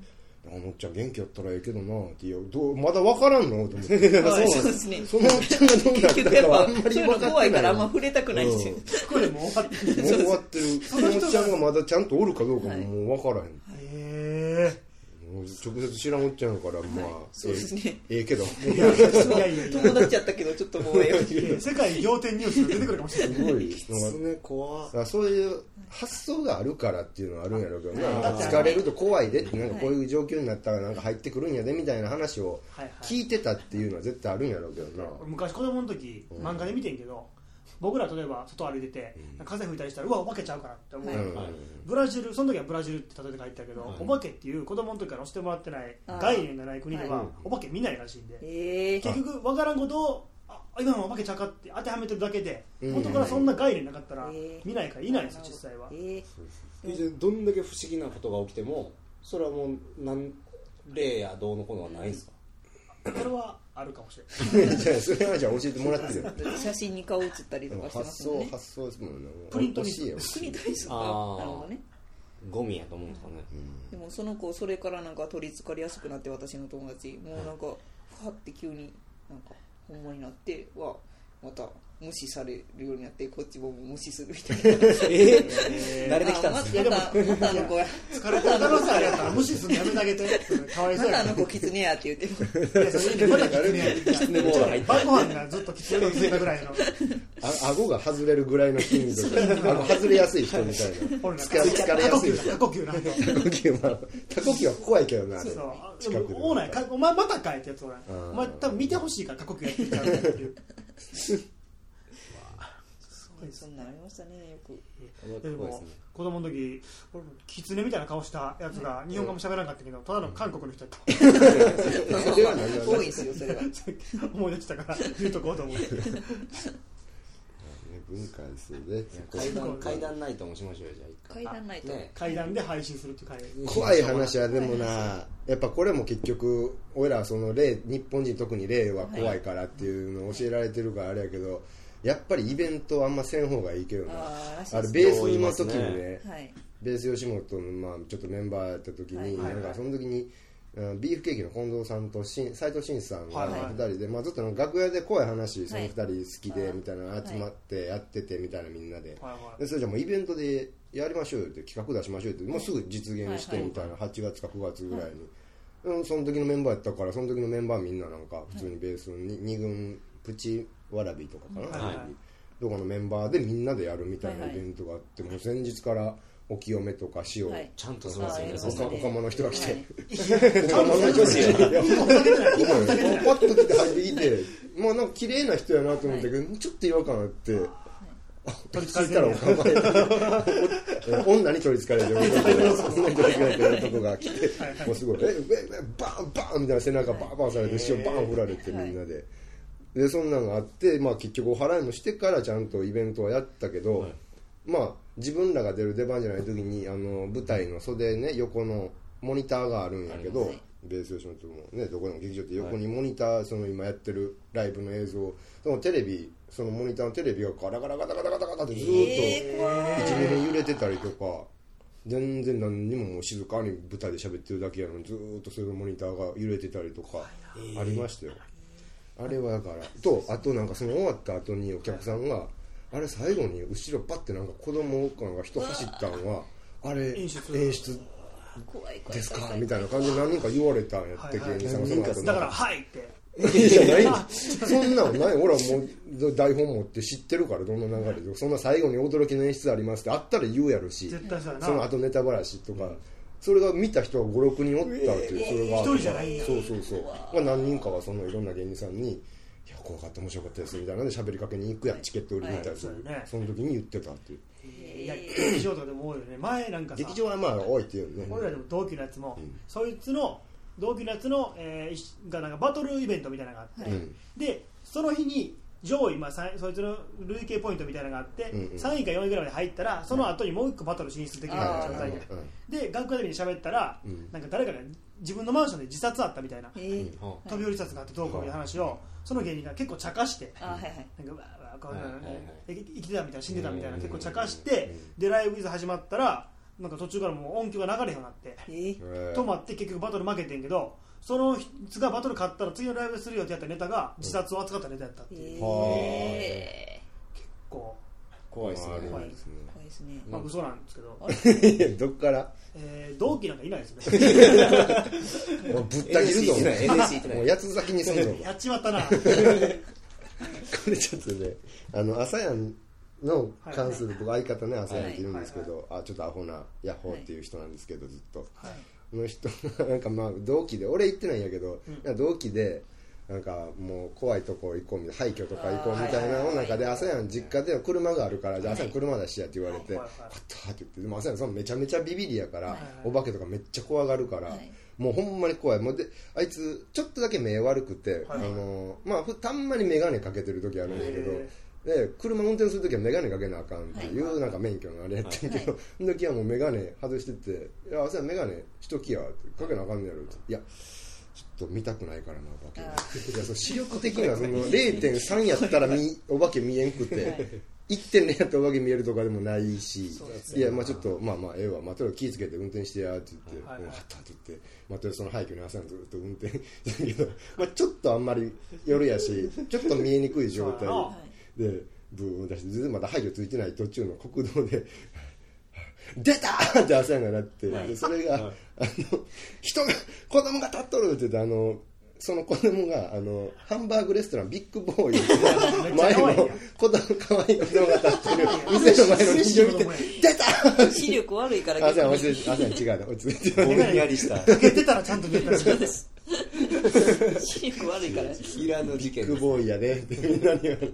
D: あのおっちゃん元気やったらええけどなっていやどうまだ分からんのと思っ て
A: 怖いそうですね
D: そのおっちゃんがどうなっ
A: 結
D: た
A: 局やっ
D: かは
A: ぱ
D: あんまり
A: そうい
D: 分
A: うの
D: かってない
A: 怖いからあんま触れたくないですよ
D: うん
C: これもう終わってる
D: もう終わってるそのおっちゃんがまだちゃんとおるかどうかももう分からへん、
C: ええ
D: もう直接知らんおっちゃんやからまあ、
A: そうですね
D: ええええけど
C: いやい やいやいや
A: 友達やったけどちょっともうええわ
C: いや世界仰天ニュースが出てくるかもしれ
D: す
C: ない
D: ごいのが
B: 狐怖
D: だからそういう発想があるからっていうのはあるんやろうけどな
B: はい
D: 疲れると怖いでってなんかこういう状況になったらなんか入ってくるんやでみたいな話を
C: はいはい
D: 聞いてたっていうのは絶対あるんやろうけどな
C: 昔子供の時漫画で見てんけど僕ら例えば外歩いてて風吹いたりしたらうわお化けちゃうかなって思う
D: う
C: やん
D: ん
B: はい
C: ブラジルその時はブラジルって例えて書いてたけど、
B: はい
C: お化けっていう子供の時から教えてもらってない
A: あー
C: 概念がない国では、
D: はい
C: お化け見ないらしいんで、
A: ええ
C: 結局分からんことをあ今のお化けちゃうかって当てはめてるだけで、
D: うん
C: 元からそんな概念なかったら、
A: えー
C: 見ないからいないんですよ実際は、
A: ええ
B: えじゃあどんだけ不思議なことが起きてもそれはもう何例やどうのこうのはないんですか
C: これはあるかもしれない
D: じゃあそれはじゃあ教えてもらってよ
A: 写真に顔写ったりとかしてま
D: 発
A: すもん
D: 想
A: ね
D: 発想ですもんね
C: プリントに
D: 欲しいよ
A: プリントにする
B: あー
A: なるほどね
B: ゴミやと思うんですかね、
A: でもその子それからなんか取りつかりやすくなって私の友達もうなんかふわって急になんかほんまになってはまた無視されるようになってこっちも無視するみたいな
B: え
C: えー
B: 慣れてきたんですね
A: あまたまたあの子や
C: 疲れてるだろうさあれやったら無視するのやめてあげてそれかわい
A: ま
C: そう
A: た
C: や
A: あ
C: か
A: の子キツネやって言っても
C: らいやそれまだキツネ や
B: キツネボール入って
C: 晩ご飯がずっとキツネのついたぐらいの
D: あ顎が外れるぐらいの筋肉顎外れやすい人みたい な
C: 俺ら
D: 疲れ疲れやすい人
C: 過呼吸 な過呼吸な
D: タコキはタコキは怖いけどなあれ
C: そうそう
D: 近くで
C: オーナーかお前またかいってやつおらん
D: うん
C: お前多分見てほしいから過酷やってんちゃうかっていう
A: そうそんなんありましたねよく
C: で
B: 怖いです
C: も
B: ね
C: 子供の時俺もキツネみたいな顔したやつが日本語も喋らなかったけどただの韓国の人やっ
D: それは何 なんだ
A: 多いですよそれは
C: た思い出したから言うとこうと思って
D: ね文化ですよねそこ
B: 階段階段ナイトもしましょうよじゃあ一回
A: 階段ないと、
B: ね
C: 階段で配信するっていう階段
D: 怖い話はでもなやっぱこれも結局俺らその霊日本人特に霊は怖いからっていうのを教えられてるからあれやけどやっぱりイベントあんません方がいいけどな
A: あーらしい
D: あ
A: で
D: れ
A: す
D: ベースの時にね
A: はい
D: ベース吉本の、まあ、ちょっとメンバーやった時に、
A: はいはい
D: なんかその時に、うんビーフケーキの近藤さんとしん斉藤慎さんが
C: はいはい
D: 2人で、まあ、ちょっとなんか楽屋で怖い話その
A: は
D: 2
A: い
D: 人好きで
A: あー
D: みたいな集まってやっててみたいなみんなで,、
C: はいはい
D: でそれじゃあもうイベントでやりましょうよって企画出しましょうよってもうすぐ実現して
A: はいはい
D: みたいな、8月か9月ぐらいに、うん、その時のメンバーやったからその時のメンバーみんななんか普通にベースに2軍プチわらびとかかな、
C: はいはい
D: どこのメンバーでみんなでやるみたい
A: は
D: なイ
A: いはい
D: ベントがあって、もう先日からお清めとか塩、
A: はい
B: ちゃんとそうですよ
A: あー
B: ね
A: やり
B: そ
A: まし
B: んな
A: た
D: お
A: ね
D: かおかまの人が来て
A: はい
D: たまらん女子やな
C: はい
D: 今パッと来て入ってきてまあなんか綺麗な人やなと思ったけど、ちょっと違和感あって
C: 取り
D: 気
C: 憑
D: づいたらおかまれて 女に取りつかれて女に取りつかれてる男が来てもうすごい「えええバーンバーン!」みたいな背中バーバーンされて塩バーン振られてみんなで。でそんなんがあって、まあ、結局お払いもしてからちゃんとイベントはやったけど、まあ自分らが出る出番じゃない時にあの舞台の袖ね横のモニターがあるんやけど、
A: ありますね
D: ベース吉本もねどこでも劇場って横にモニター、その今やってるライブの映像そのテレビそのモニターのテレビがガラガラガタガタガタガタってずーっ
A: えー、怖
D: と
A: い
D: 12分揺れてたりとか全然何にももう静かに舞台で喋ってるだけやのにずーっとそれのモニターが揺れてたりとかありましたよ、あれはだからとあとなんかその終わった後にお客さんが、あれ最後に後ろパッてなんか子供かなんか人走ったんはあれ
C: 演出
D: 演出
A: 怖い怖い
D: ですか
A: 怖い
D: みたいな感じで何人か言われたんやって
C: はいはい
D: 芸人さんがその後に
C: だから「はい」って
D: いやないそんなんない俺はもう台本持って知ってるからどんな流れでそんな最後に驚きの演出ありますってあったら言うやるし
C: 絶対そうやな
D: その後ネタばらしとか、それが見た人が56人おったっていう、それが
C: 一人じゃないんだ
D: そうそうそう、まあ、何人かはそのいろんな芸人さんに「いや怖かった面白かったです」みたいなので喋りかけに行くやんチケット売りに行ったりする、
C: はい
D: その時に言ってたっていう
C: いや劇場とかでも多いよね前なんかさ
D: 劇場はまあ多いっていうね
C: 俺らでも同期のやつも、そいつの同期のやつの、えーいしがなんかバトルイベントみたいなのがあって、
D: うん
C: でその日に上位、まあ、さいそいつの累計ポイントみたいなのがあって、
D: うんうん
C: 3位か4位ぐらいまで入ったらその後にもう1個バトル進出できるような状態で、
D: うん
C: で学校の時に喋ったら、
D: うん
C: なんか誰かが自分のマンションで自殺あったみたいな、
A: えー
B: は
C: 飛び降り自殺があってどうこういう話を、その芸人が結構茶化して。
A: あーはいはい
C: なんかうわうわこんなの
B: はいはいはい
C: え生きてたみたいな死んでたみたいな
D: うん
C: 結構茶化してでライブイズ始まったらなんか途中からもう音響が流れへんようになって
A: えー
D: え
C: 止まって結局バトル負けてんけどその人がバトル勝ったら次のライブするよってやったネタが自殺を扱ったネタやったってい
A: え
C: う、
A: ー
D: は
C: こ
B: い怖いです
D: あ
B: ね
D: る
C: 怖い
D: んですね
A: 怖いですね
C: う、まあ、嘘なんですけど、
D: いや どっから
C: えー同期なんかいないです ね
D: もうぶった切るぞ
B: NSC 行ってない NSC 行ってない
D: もう八つ咲きにすんぞ
C: やっちまったな
D: これちょっとねあの朝やんの関する僕相方ね朝やんっているんですけど、あちょっとアホなヤッホーっていう人なんですけど、ずっと、の人がなんかまあ同期で俺行ってないんやけど、なんか同期でなんかもう怖いとこ行こうみたいな廃墟とか行こうみたいなの中で朝やん実家では車があるからじゃあ朝やん車出しやって言われて「
C: はい
D: わ
C: は
D: か
C: いはい
D: った」って言ってでも朝やんそのめちゃめちゃビビりやから、
C: い
D: お化けとかめっちゃ怖が るから、
A: はい
D: もうほんまに怖いもうであいつちょっとだけ目悪くて、
C: はい
D: あのまあふたんまに眼鏡かけてる時あるんだけど、で車運転する時は眼鏡かけなあかんっていうなんか免許のあれやってんけど、 その時はもう眼鏡外してて「いや朝やん眼鏡しときや」って「かけなあかんねやろ」って「いやちょっと見たくないからなお化け
A: あ
D: いやその視力的にはその0.3やったら見お化け見えんくて、1.0やったらお化け見えるとかでもないし、いやまあちょっとまあまあええわ、まあ、とりあえず気ぃつけて運転してやって言って「
C: はいはい
D: 分かった」って言って、まあ、とりあえずその廃墟の朝にずっと運転してるけど、まあ、ちょっとあんまり夜やしちょっと見えにくい状態
C: そうや
D: でブーン出して全然まだ廃墟ついてない途中の国道で 出たーって朝やんがなって、でそれが、あの人が子供が立っとるって言ってあのその子供があのハンバーグレストランビッグボーイ
C: めっ
D: 前
C: ちゃ可愛いやん
D: の子供可愛い子供が立ってる店の前の人形見て出たー
A: 視力悪いから
D: 朝やん落ち着いて朝やん違うな落ち着いて
B: いぼんやり した
C: かけてたらちゃんと出たら
A: そうです視力悪いから
B: イランの事
D: ビ
B: 件
D: ッグ
B: です
D: ボーイやでってみんなに言われて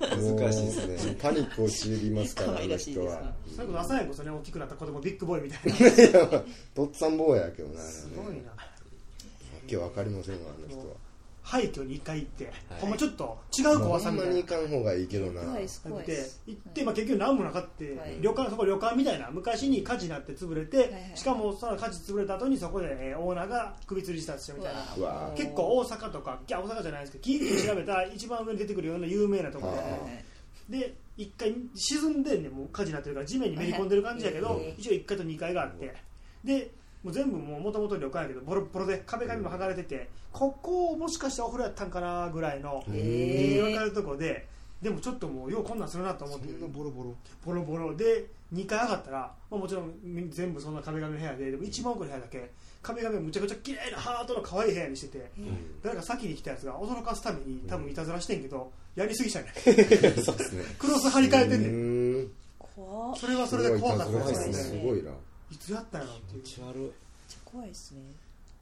B: 難しいですね
D: もうパニックを陥りますから
A: 可
D: あ
A: 愛
D: の
A: らしい
D: 人
A: です
D: は
A: ね
C: それこそ朝やんこそね大きくなった子供ビッグボーイみたいなす
D: とっつぁん坊やけどな
C: ごいな
D: わけわかりませんわあの人は
C: 廃墟に一回行って、
B: はい
C: ほんまちょっと違う怖さみ
D: ま
C: た
D: あ
C: い
D: ほ
C: な
D: んまに行かん方がいいけどな
A: 怖いです
C: な
A: 怖
C: く
A: い
C: て
A: です
C: 行って、まあ、結局何もなかって、
A: はい
C: 旅館そこ旅館みたいな昔に火事になって潰れて、
A: いはい
C: しかもその火事潰れた後にそこで、えーオーナーが首吊りしたしたみたいな
D: うわ
C: 結構大阪とかいや大阪じゃないですけど近畿調べたら一番上に出てくるような有名なところ
D: は
A: はい
C: でで1階沈んでんねんもう火事になってるから地面にめり込んでる感じやけ
A: は
C: ど
A: い
C: 一応1階と2階があってでもう全部もともと旅館やけどボロッボロで壁紙も剥がれててここもしかしてお風呂やったんかなぐらいの
A: へ
C: 理由
A: え
C: 分かるとこででもちょっともうようこんなんするなと思って
D: そんなボロボロ
C: ボロボロで2階上がったら、まあ、もちろんみ全部そんな壁紙の部屋ででも一番奥の部屋だけ壁紙をむちゃくちゃ綺麗なハートの可愛い部屋にしてて誰か先に来たやつが驚かすために多分いたずらしてんけどやりすぎじゃない
B: そうですね
C: クロス張り替えてんねん
D: ね
A: 怖っめっ
C: それはそれで怖かった
A: いたずら
C: い
A: です
D: す
A: ね
D: ごいな
C: つやったんやろっていうい
B: 気悪
A: ちゃ怖いですね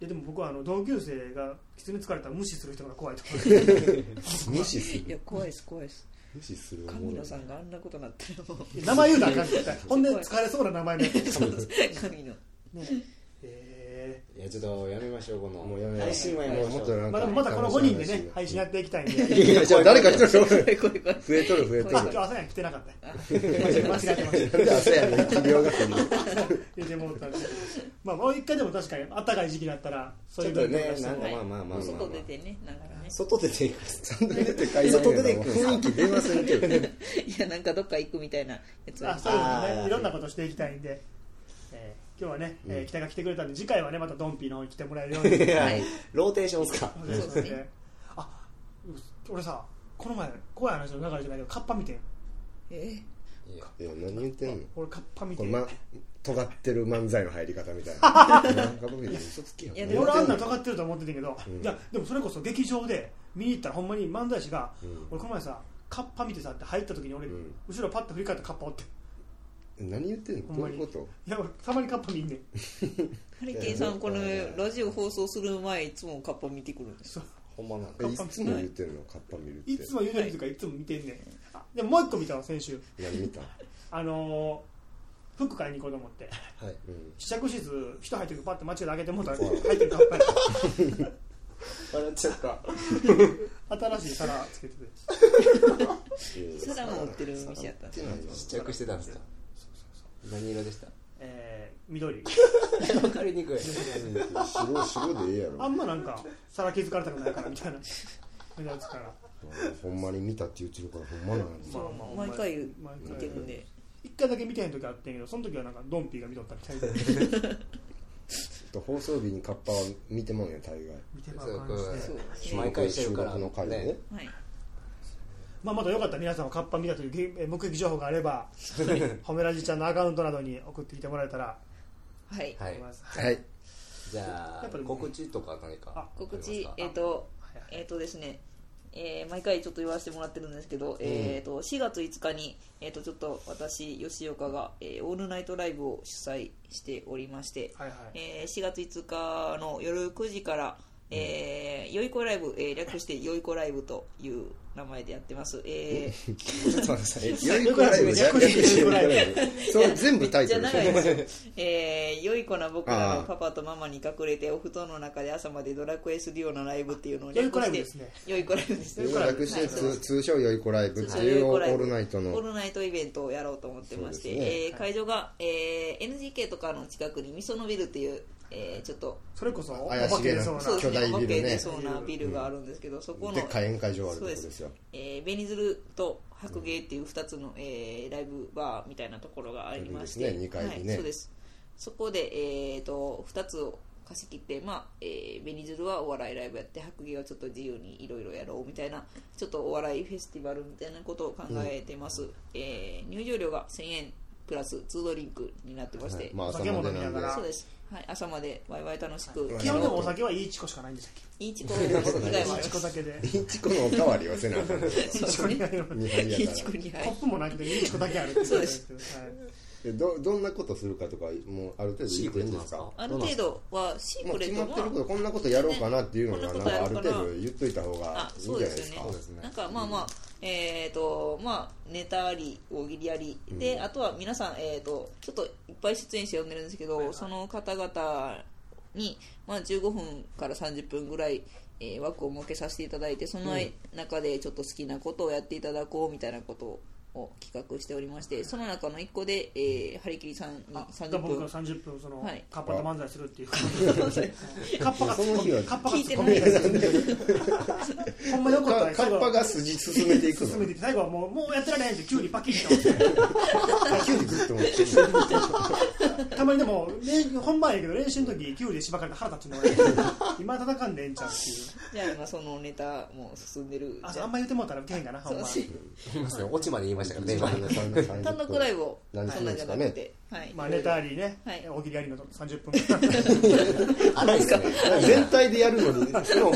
C: やでも僕はあの同級生が狐疲れたら無視する人が怖いと か
D: 無視す
A: いや
D: る
A: 怖いです怖いです
D: 無視するおも
A: 神
D: ろ
A: 野
D: い
A: さんがあんなことなったら もう
C: 名前言うなあかん絶対ほんで疲れそう な名前のやつ
A: 神野
C: ねえ
B: いやちょっとやめましょうこの
D: もうやめよう
B: 配信はやめまし
D: も
B: ょ
D: うもっ
B: う
D: とな
C: ー
D: ん
C: まあ、
D: か
C: でもまたこの5人でね配信や
D: っ
C: っていきたいん
D: い
C: で
D: やいや誰か来たらしょうがな
A: 怖
D: い
A: い怖い怖い
D: 増えとる増えと
C: あ今
D: る
C: 日朝やん来てなかったね間違えてました
D: なんで朝やねん疫病が来るの
C: 入れてもらったんでまあもう一回でも確かにあったかい時期だったらそう
B: ち
C: い
B: ょっ
C: う
B: と
C: 文化
B: ね
C: 出して
B: なん
C: も
B: かまあまあまあまあまあ
A: 外出てねなんかね
B: 外出ていく
D: 外出て階段やな
B: 外出て行くんですか
D: 雰囲気出ませんけどね
A: いやなんかどっか行くみたいなやつ
C: あ
A: は
C: そうです
B: あ
C: ね
B: ー
C: いろんなことしていきたいんで、えー今日はね、えー北が来てくれたんで次回はねまたドンピーの方に来てもらえるように
B: いや
A: はい
B: ローテーションっすか
C: お願いしますねあ俺さこの前怖い話の流れじゃないけどカッパ見てん
A: え
D: いや何言ってんの
C: 俺カッパ見
D: こ
C: て
D: れ
C: ん、
D: ま尖ってる漫才の入り方みたいななんか僕に嘘つきや
A: いや
C: で
A: でも
C: 俺あんなん
D: と
C: 尖ってると思ってたけど、
D: ん
C: いやでもそれこそ劇場で見に行ったらほんまに漫才師が、
D: うん
C: 俺この前さカッパ見てさって入った時に俺、
D: うん
C: 後ろパッと振り返ったカッパおって
D: 何言ってん
C: ほ
D: の
C: ん
D: ど
C: ま
D: う
C: に
D: いうこと
C: いや俺たまにカッパ見んねん
A: ハリケーンさんこのラジオ放送する前いつもカッパ見てくるんです
C: そう
B: ほんまなんか
D: えいつも言ってんのカッパ見るって
C: いつも言うのにとかいつも見てんねんあでももう一個見たわ先週
D: 何見た
C: あのー、服買いに行こうと思って
B: はい
D: うん
C: 試着室人入ってるパッて間違えて開けてもうたら
D: うん
C: 入ってるカッパや
B: 笑っちゃった
C: った新しい皿つけてて
A: サラも売ってる店やったんです
B: 試着してたんですか何色でした
C: えー、緑
B: わかりにくい
D: 白白でええやろ
C: あんまなんか皿気づかれたくないからみたいな目立つから
D: ほんまに見たって言ってるからほんまなんや
C: まあまあ
A: 毎回見
C: 毎
A: て
C: 回
A: るんで
C: 一回だけ見てへん時あってんけどその時はなんかドンピーが見とったみたいで
D: 放送日にカッパは見てまうんや大概
C: 見てまう感じ
A: そ
C: で
A: うですね
B: 毎回してるから
D: 収録の回でね
A: はい
C: まあまだよかったら皆さんもカッパ見たというげえー目撃情報があれば褒めラジちゃんのアカウントなどに送ってきてもらえたら
A: はい
C: と
B: は
C: 思
B: い
C: います、
D: はい
B: じゃ
C: や
B: あ
C: っぱり
B: 告知とか何か
C: あ
A: 告
B: あり
A: 知
B: ますか
A: えっと
C: はいはい
A: えっとですねえー毎回ちょっと言わせてもらってるんですけど、えー、と4月5日に、えー、とちょっと私、吉岡が、えーオールナイトライブを主催しておりまして、
C: はいはい
A: えー4月5日の夜9時から、えーよいこライブ、えー略してよいこライブという名前でやってます。え ー
D: ちょっと待ってくださいよいこライブ略してよいこライブそれ全部タイトル
A: めっちゃ長いですよ。えー、よい子な僕ら
D: あ
A: の
D: ー
A: パパとママに隠れてお布団の中で朝までドラクエするようなライブっていうのを
C: よいこ
A: 略
C: ラ
A: して
C: イブですね
A: よいこライブですね。
C: よいこライブ
D: 略して通通称よいこライブっていうオ
A: オ
D: ールナイトの
A: オールナイトイベントをやろうと思ってまして、
D: そうですね
A: えー会場が、えー NGK とかの近くにみそのビルっていう、えーちょっと
C: それこそお化
D: 怪し
C: け
D: げな
C: 出そうな
A: そうですね
D: 巨大ビ
A: お化け
D: ルね
A: 出そうなビルがあるんですけど、そこの
D: でっかい宴会場があると
A: そ
D: こ
A: う
D: で
A: ですす
D: よ
A: えーベニズルと白芸っていう2つの、えーライブバーみたいなところがありまして、
D: そうですね二階にね
A: はい、そうですそこで、えー、と2つを貸し切って、まあえーベニズルはお笑いライブやって白芸はちょっと自由にいろいろやろうみたいなちょっとお笑いフェスティバルみたいなことを考えてます、えー入場料が1000円プラス2ドリンクになってまして、
D: はいまあ
C: お
D: 朝
C: 酒も
D: まで
C: 飲みなんが
D: なで
C: ら
A: そうです、はい、朝までワイワイ楽しく、
D: はい
C: 基本でもお酒はいいチコしかないんでしたっ
A: いいチコ以外
C: け
A: は
C: イチコだけで
D: インチコのおかわりはせなあかんね
A: そうですね
D: 二杯
A: いい
D: や
A: チ
D: か
A: コ
D: ら
A: に
C: コップもなくてイチコだけあるってい
A: そうです
C: はい
D: えどどんなことするかとかもうある程度言っていいんですか
A: ある程度はシー
D: も
A: ク
D: う
A: レ
D: 決
A: ット
D: まってる
A: は
D: ことこんなことやろうかなっていうのが
A: こ
D: なんん
A: な
D: か
A: ことやろ
D: ある
A: うか
D: 程
A: な
D: 度言っといた方が
A: あ
D: いいんじ
A: そう
D: ゃな
A: で
D: いです
A: す
D: か
A: よ
B: そう
A: ね
B: ですね
A: なんかまあまあ、えっ、とまあネタあり大喜利ありで、あとは皆さんえっ、とちょっといっぱい出演者呼んでるんですけど、その方々にまあ15分から30分ぐらいえー枠を設けさせていただいてその中でちょっと好きなことをやっていただこうみたいなことを企画しておりましてその中の1個で、えー、張り切りさんに
C: あ
A: 30
C: 僕
A: 分
C: が30分その、
A: はい
C: カッパと漫才するっていうカッパ
D: いや
C: が
D: その日は
C: カッパが
A: 聞いてない
C: ほんまよかったら最
D: カッ
C: 後
D: パが筋進めてい く
C: 進めて
D: の
C: いって最後はもうもうやってられへんって急にパキッと押して
D: 急にずっと持ってる
C: たまにでも練本番やけど練習の時急にでしばかれて腹立つの俺今戦んでええんちゃうっていう
A: じゃあ今そのネタもう進んでる
C: あ
A: じ
C: あ
A: ゃ
C: ん
A: あ
C: ま言うてもうたら受けへんかなほんま
A: そうし
B: 言いますよ落ちまで言いましたからね今
A: 単独ライブを
D: 何
A: そんなんじゃなくて、はい
C: まあネタありね、
A: はい
C: 大喜利ありの30分
B: 荒いですね
D: 全体でやるのにもう前のギュ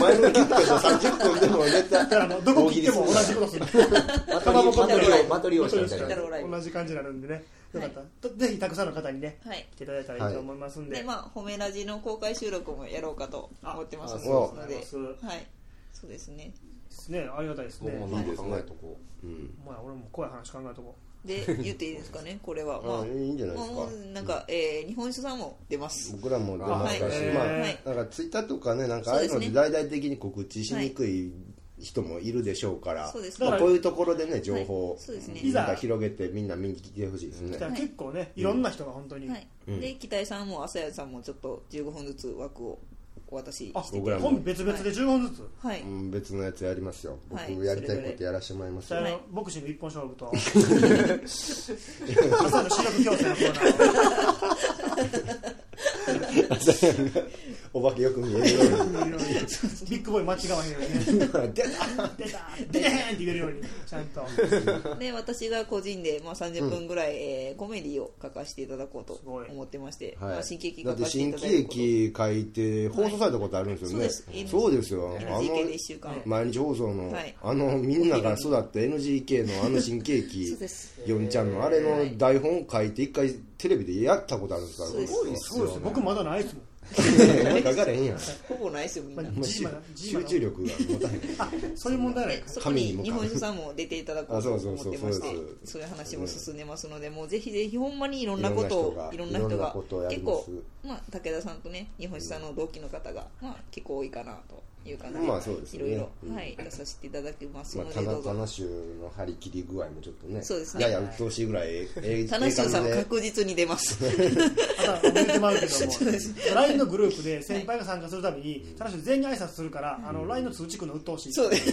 D: ッと30分でもネタ
C: だからあのどこ切っても同じこと する
B: マ
C: タバコ
B: トリオマトリオしたみたいな
A: マトリオした
C: 同じ感じになるんでねよ
A: は
C: か
A: い
C: った、とぜひたくさんの方にね
A: はい
C: 来ていただいたらいいと思いますんで,、
A: でまあ褒めラジの公開収録もやろうかと思ってます
B: あ
D: そう
A: の
C: あり
A: で
C: がとうございま
A: はいそうですね
C: ねありがたいですね
B: 僕も
C: お
B: な
C: 前
B: んか考えとこ
D: うん
C: 俺も怖い話考えとこ
A: で言っていいです かねこれはま
D: あ
A: あ
D: いいんじゃないです
A: も
D: か
A: うなんか、えー日本酒さんも出ます
D: 僕らも出ますかし
A: はい
D: まあ
A: はい
D: なんかツイッターとかねなんかああいうので大々的に告知しにくい人もいるでしょうから、
A: そうですね
D: まあこういうところでね情報を、
A: はいそうですね
D: なんか広げてみんな見に来てほしいです
C: う、
D: ね
C: だから結構ねいろんな人が本当に、
A: はい、
D: うん
A: で期待さんも朝谷さんもちょっと15分ずつ枠をお渡し
C: あ
A: して
D: 僕らも、
C: コンビ別々で15分ずつ、
A: はいう
D: ん別のやつやりますよ僕
A: はい
D: やりたいことやらせてもらいます
C: じゃ
D: よ、
C: ああ
A: はい
C: のボクシング一本勝負と朝の視力矯正のコーナー
D: お化けよく見えるよう
C: ビ
D: に
C: ッグボーイ間違わへん ようにね
D: 出た
C: 出た出てへんって言えるようにちゃんと
A: で私が個人で、まあ、30分ぐらい、えーコメディを書かせていただこうと思ってまして、まあ、新喜劇
D: だ
A: 書
D: って
A: かせてい
D: 新
A: た
D: 喜
A: だいたこと
D: 劇書いて放送されたことあるんですよね、
A: はいそうです
D: そうですよあ
A: NGK で1週間
D: の毎日放送の、
A: はい
D: あのみんなが育った NGK のあの新喜 劇
A: そうです
D: よんちゃんのあれの台本書いて一回テレビでやったことあるんですから
A: そうです
C: そうですよ僕まだないですもん
D: ね書かれへんやん
A: ほぼないですよみんな
C: まあ
D: もう
C: ジ
D: 集
C: ーマだジーマだ
D: 集中力が持たへん
C: そういう問題ない
A: で
C: か
A: そこ
D: 神に
A: に
D: 向かう
A: 日本酒さんも出ていただこうと
D: あそう
A: 思
D: そう
A: っ
D: そう
A: てまして
D: そうです
A: そういう話も進んでますのでもうぜひぜひほんまにいろんなことをい
D: い
A: ろ
D: ろ
A: ん
D: ん
A: な
D: な
A: 人が
D: 人がいろんなことをやり
A: 結
D: ま
A: 構
D: す、
A: まあ、武田さんとね日本酒さんの同期の方が、まあ、結構多いかなという感じで,、
D: まあそうです
A: い
D: ね
A: ろいろ、
D: うん
A: はい、出させていただきます
D: ま
A: の
D: あ、
A: で、
D: たな
A: どう
D: た
A: ぞ
D: なしゅうの張り切り具合もちょっとね
A: そうですね
D: やや鬱陶し いぐらいええええ
A: 田中
D: ええ
A: さんも
D: 感じで
A: 確実に出ます
C: あ とは言うてもらうけども LINE のグループで先輩が参加するためにただし全員に挨拶するからあの LINE の通知くの鬱陶しい
A: そうです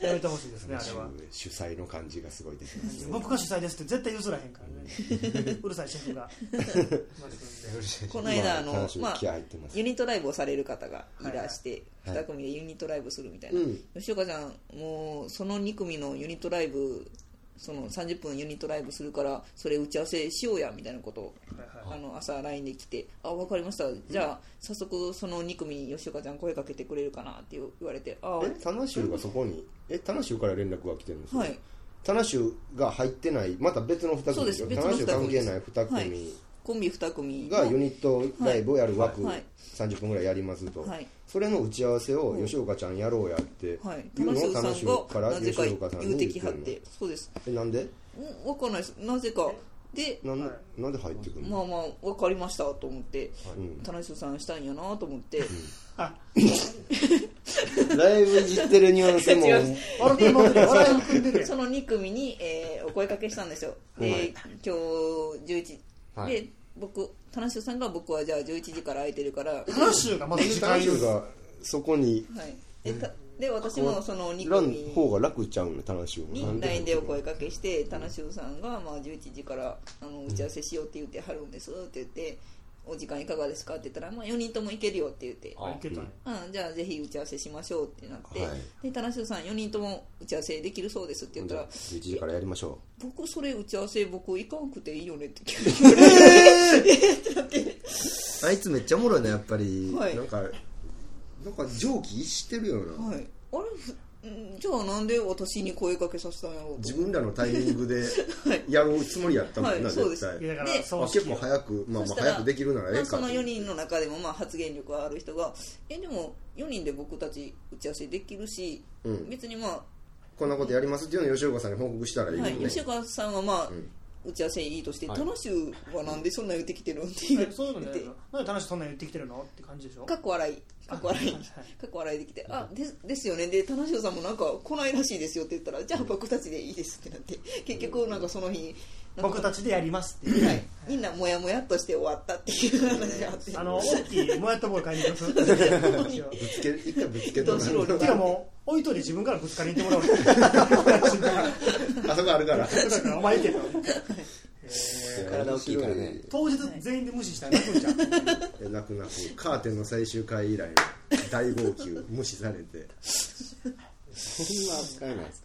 C: やめてほしいですねあれは
D: 主催の感じがすごいですね
C: 僕が主催ですって絶対譲らへんからねうるさいシェフが
A: この間あの
D: ま楽しみ
A: まあ
D: 気合入ってます
A: ユニットライブをされる方がいらして、
D: はい
A: 2組でユニットライブするみたいな、
D: うん
A: 吉岡さんもうその2組のユニットライブその30分ユニットライブするからそれ打ち合わせしようやみたいなことをあの朝 LINE で来て「あ分かりましたじゃあ早速その2組に吉岡ちゃん声かけてくれるかな」って言われて「あ
D: えタナシュウがそこにえタナシュウから連絡が来てるんですよ、
A: はい
D: タナシュウが入ってないまた別の2組
A: そうです
D: よ
A: 別
D: タ
A: の
D: ナ
A: 二
D: シュ
A: 組
D: ウ関係ない
A: はい
D: 2
A: コンビ2組
D: 組
A: の
D: がユニットライブをやる枠、
A: はいはい
D: 30分ぐらいやりますと、
A: はい
D: それの打ち合わせを吉岡ちゃんやろうやっていう
A: はい、田
D: の
A: 中
D: を
A: さ
D: タナシュウか
A: んが
D: ら
A: なぜ
D: 吉
A: か
D: 岡さん
A: 言う
D: に
A: て
D: 言っ
A: き
D: て
A: はっ
D: るの
A: てそうです
D: えなんで
A: うん分かんないですなぜかで
D: なんで
C: はい
D: なんで入ってくるの、
A: まあまあ分かりましたと思って
D: うん
A: 田中さんしたんやなと思って
D: ライブいじってるニュアン スも
C: 笑ってもうてる笑いもくんでるやん
A: その2組に、えーお声かけしたんですよで、
D: はい
A: 今日11時、
B: はい
A: で僕田中さんが僕はじゃあ11時から空いてるから、はい、
C: クラッシュがまず時間
D: タナ
C: い
D: シュ
C: る
D: ウがそこに
A: でたで私もその2
D: らん方
A: 組
D: が楽ちゃうんねタナシュウもなん
A: に
D: で
A: LINE でお声かけして田中さんが、まあ、11時からあの打ち合わせしようって言ってはるんですって言って「お時間いかがですか?」って言ったら「まあ、4人とも行けるよ」って言って
B: あ
C: いけたね
A: うん、じゃあぜひ打ち合わせしましょうってなって、
D: はい
A: で田中さん4人とも打ち合わせできるそうですって言ったら
D: 11時からやりましょ
A: 「僕それ打ち合わせ僕行かんくていいよね」って言われて
D: うあいつめっちゃおもろいなやっぱり、
A: はい
D: なんかなんか上気逸してるよな、
A: はい、あれふんじゃあなんで私に声かけさせたんやろう
D: 自
A: と
D: 分らのタイミン グでやるつもりやったもんな、
A: はいそうで
D: 絶
A: す
D: 対、
C: いやだから
A: で
D: あ
C: 葬式
D: 結構早くまあ
A: そし
D: まあ
A: たら
D: 早くできるならえ
A: ま
D: え
A: あ、
D: か
A: そ
D: って
A: の4人の中でもまあ発言力がある人が「えでも4人で僕たち打ち合わせできるし、
D: うん
A: 別にま
D: こんなことやりますっていうのを吉岡さんに報告したらい
A: あ、
D: いよ
A: は
D: ね、
A: い、吉岡さんはまあ、
D: ん
A: 打ち合わせいいとして、
B: はい
A: どの州はなんでそんな言ってきてるんっていう
C: えそういうの
A: 言
C: ね
A: って
C: なんで楽しそんな言ってきてるのって感じでしょ
A: かっこ笑いかっこ笑い
C: はい
A: かっこ笑いできて「あですですよね」で田中さんもなんか来ないらしいですよって言ったら「じゃあ僕たちでいいです」ってなって結局なんかその日なんか
C: 僕たちでやりますっていう、
A: みんなモヤモヤっとして終わったっていう話があって
C: あの大きいもやったボール買いに行きます
D: ぶつける一回ぶつけ
A: ど
D: と
A: う
D: か
A: しろ
C: てかもう置いといて自分からぶつかりに行ってもらおう
D: あそこあるから
C: だからお前行けと
B: いや体大きいからね
C: 当日全員で無視したら泣くんじゃん
D: え泣く泣くカーテンの最終回以来の大号泣無視され て
B: そんな扱いないですか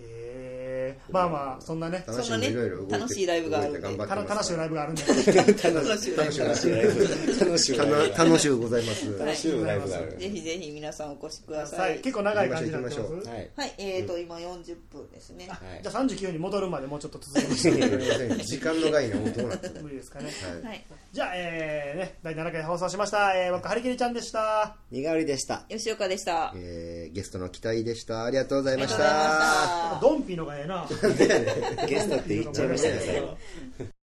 C: えーまあまあそんなね
D: 楽しみにいろいろ動いて
A: 楽しいライブがあるんで
D: 動いて頑
C: た
D: 張って
C: 楽
D: ま
C: し
D: す
C: いライブがあるんで
A: 楽しい
D: 楽しい楽しい
B: 楽しいライブが
D: 楽しゅうござい ます
A: 楽し
B: ライブがある
A: ぜひぜひ皆さんお越しくださ
C: はいい結構長い感じになってます
D: 行きましょう行きましょ
B: はい
A: はいえーと今40分ですね
B: はい
C: じゃあ39に戻るまでもうちょっと続けまし
D: すみません時間の概念もどうなって
C: て
D: る
C: 無理ですかね
D: は
A: はいい
C: じゃあえーね第7回放送しましたえー僕ハリケリちゃんでした
B: 身代わりでした
A: 吉岡でした
D: えーゲストの期待でしたありがとうござい
A: あり
D: ま
A: がと
D: し
A: うございまし
D: た
A: た
C: ドンピーのがええな
B: ゲストって言っちゃいましたね最後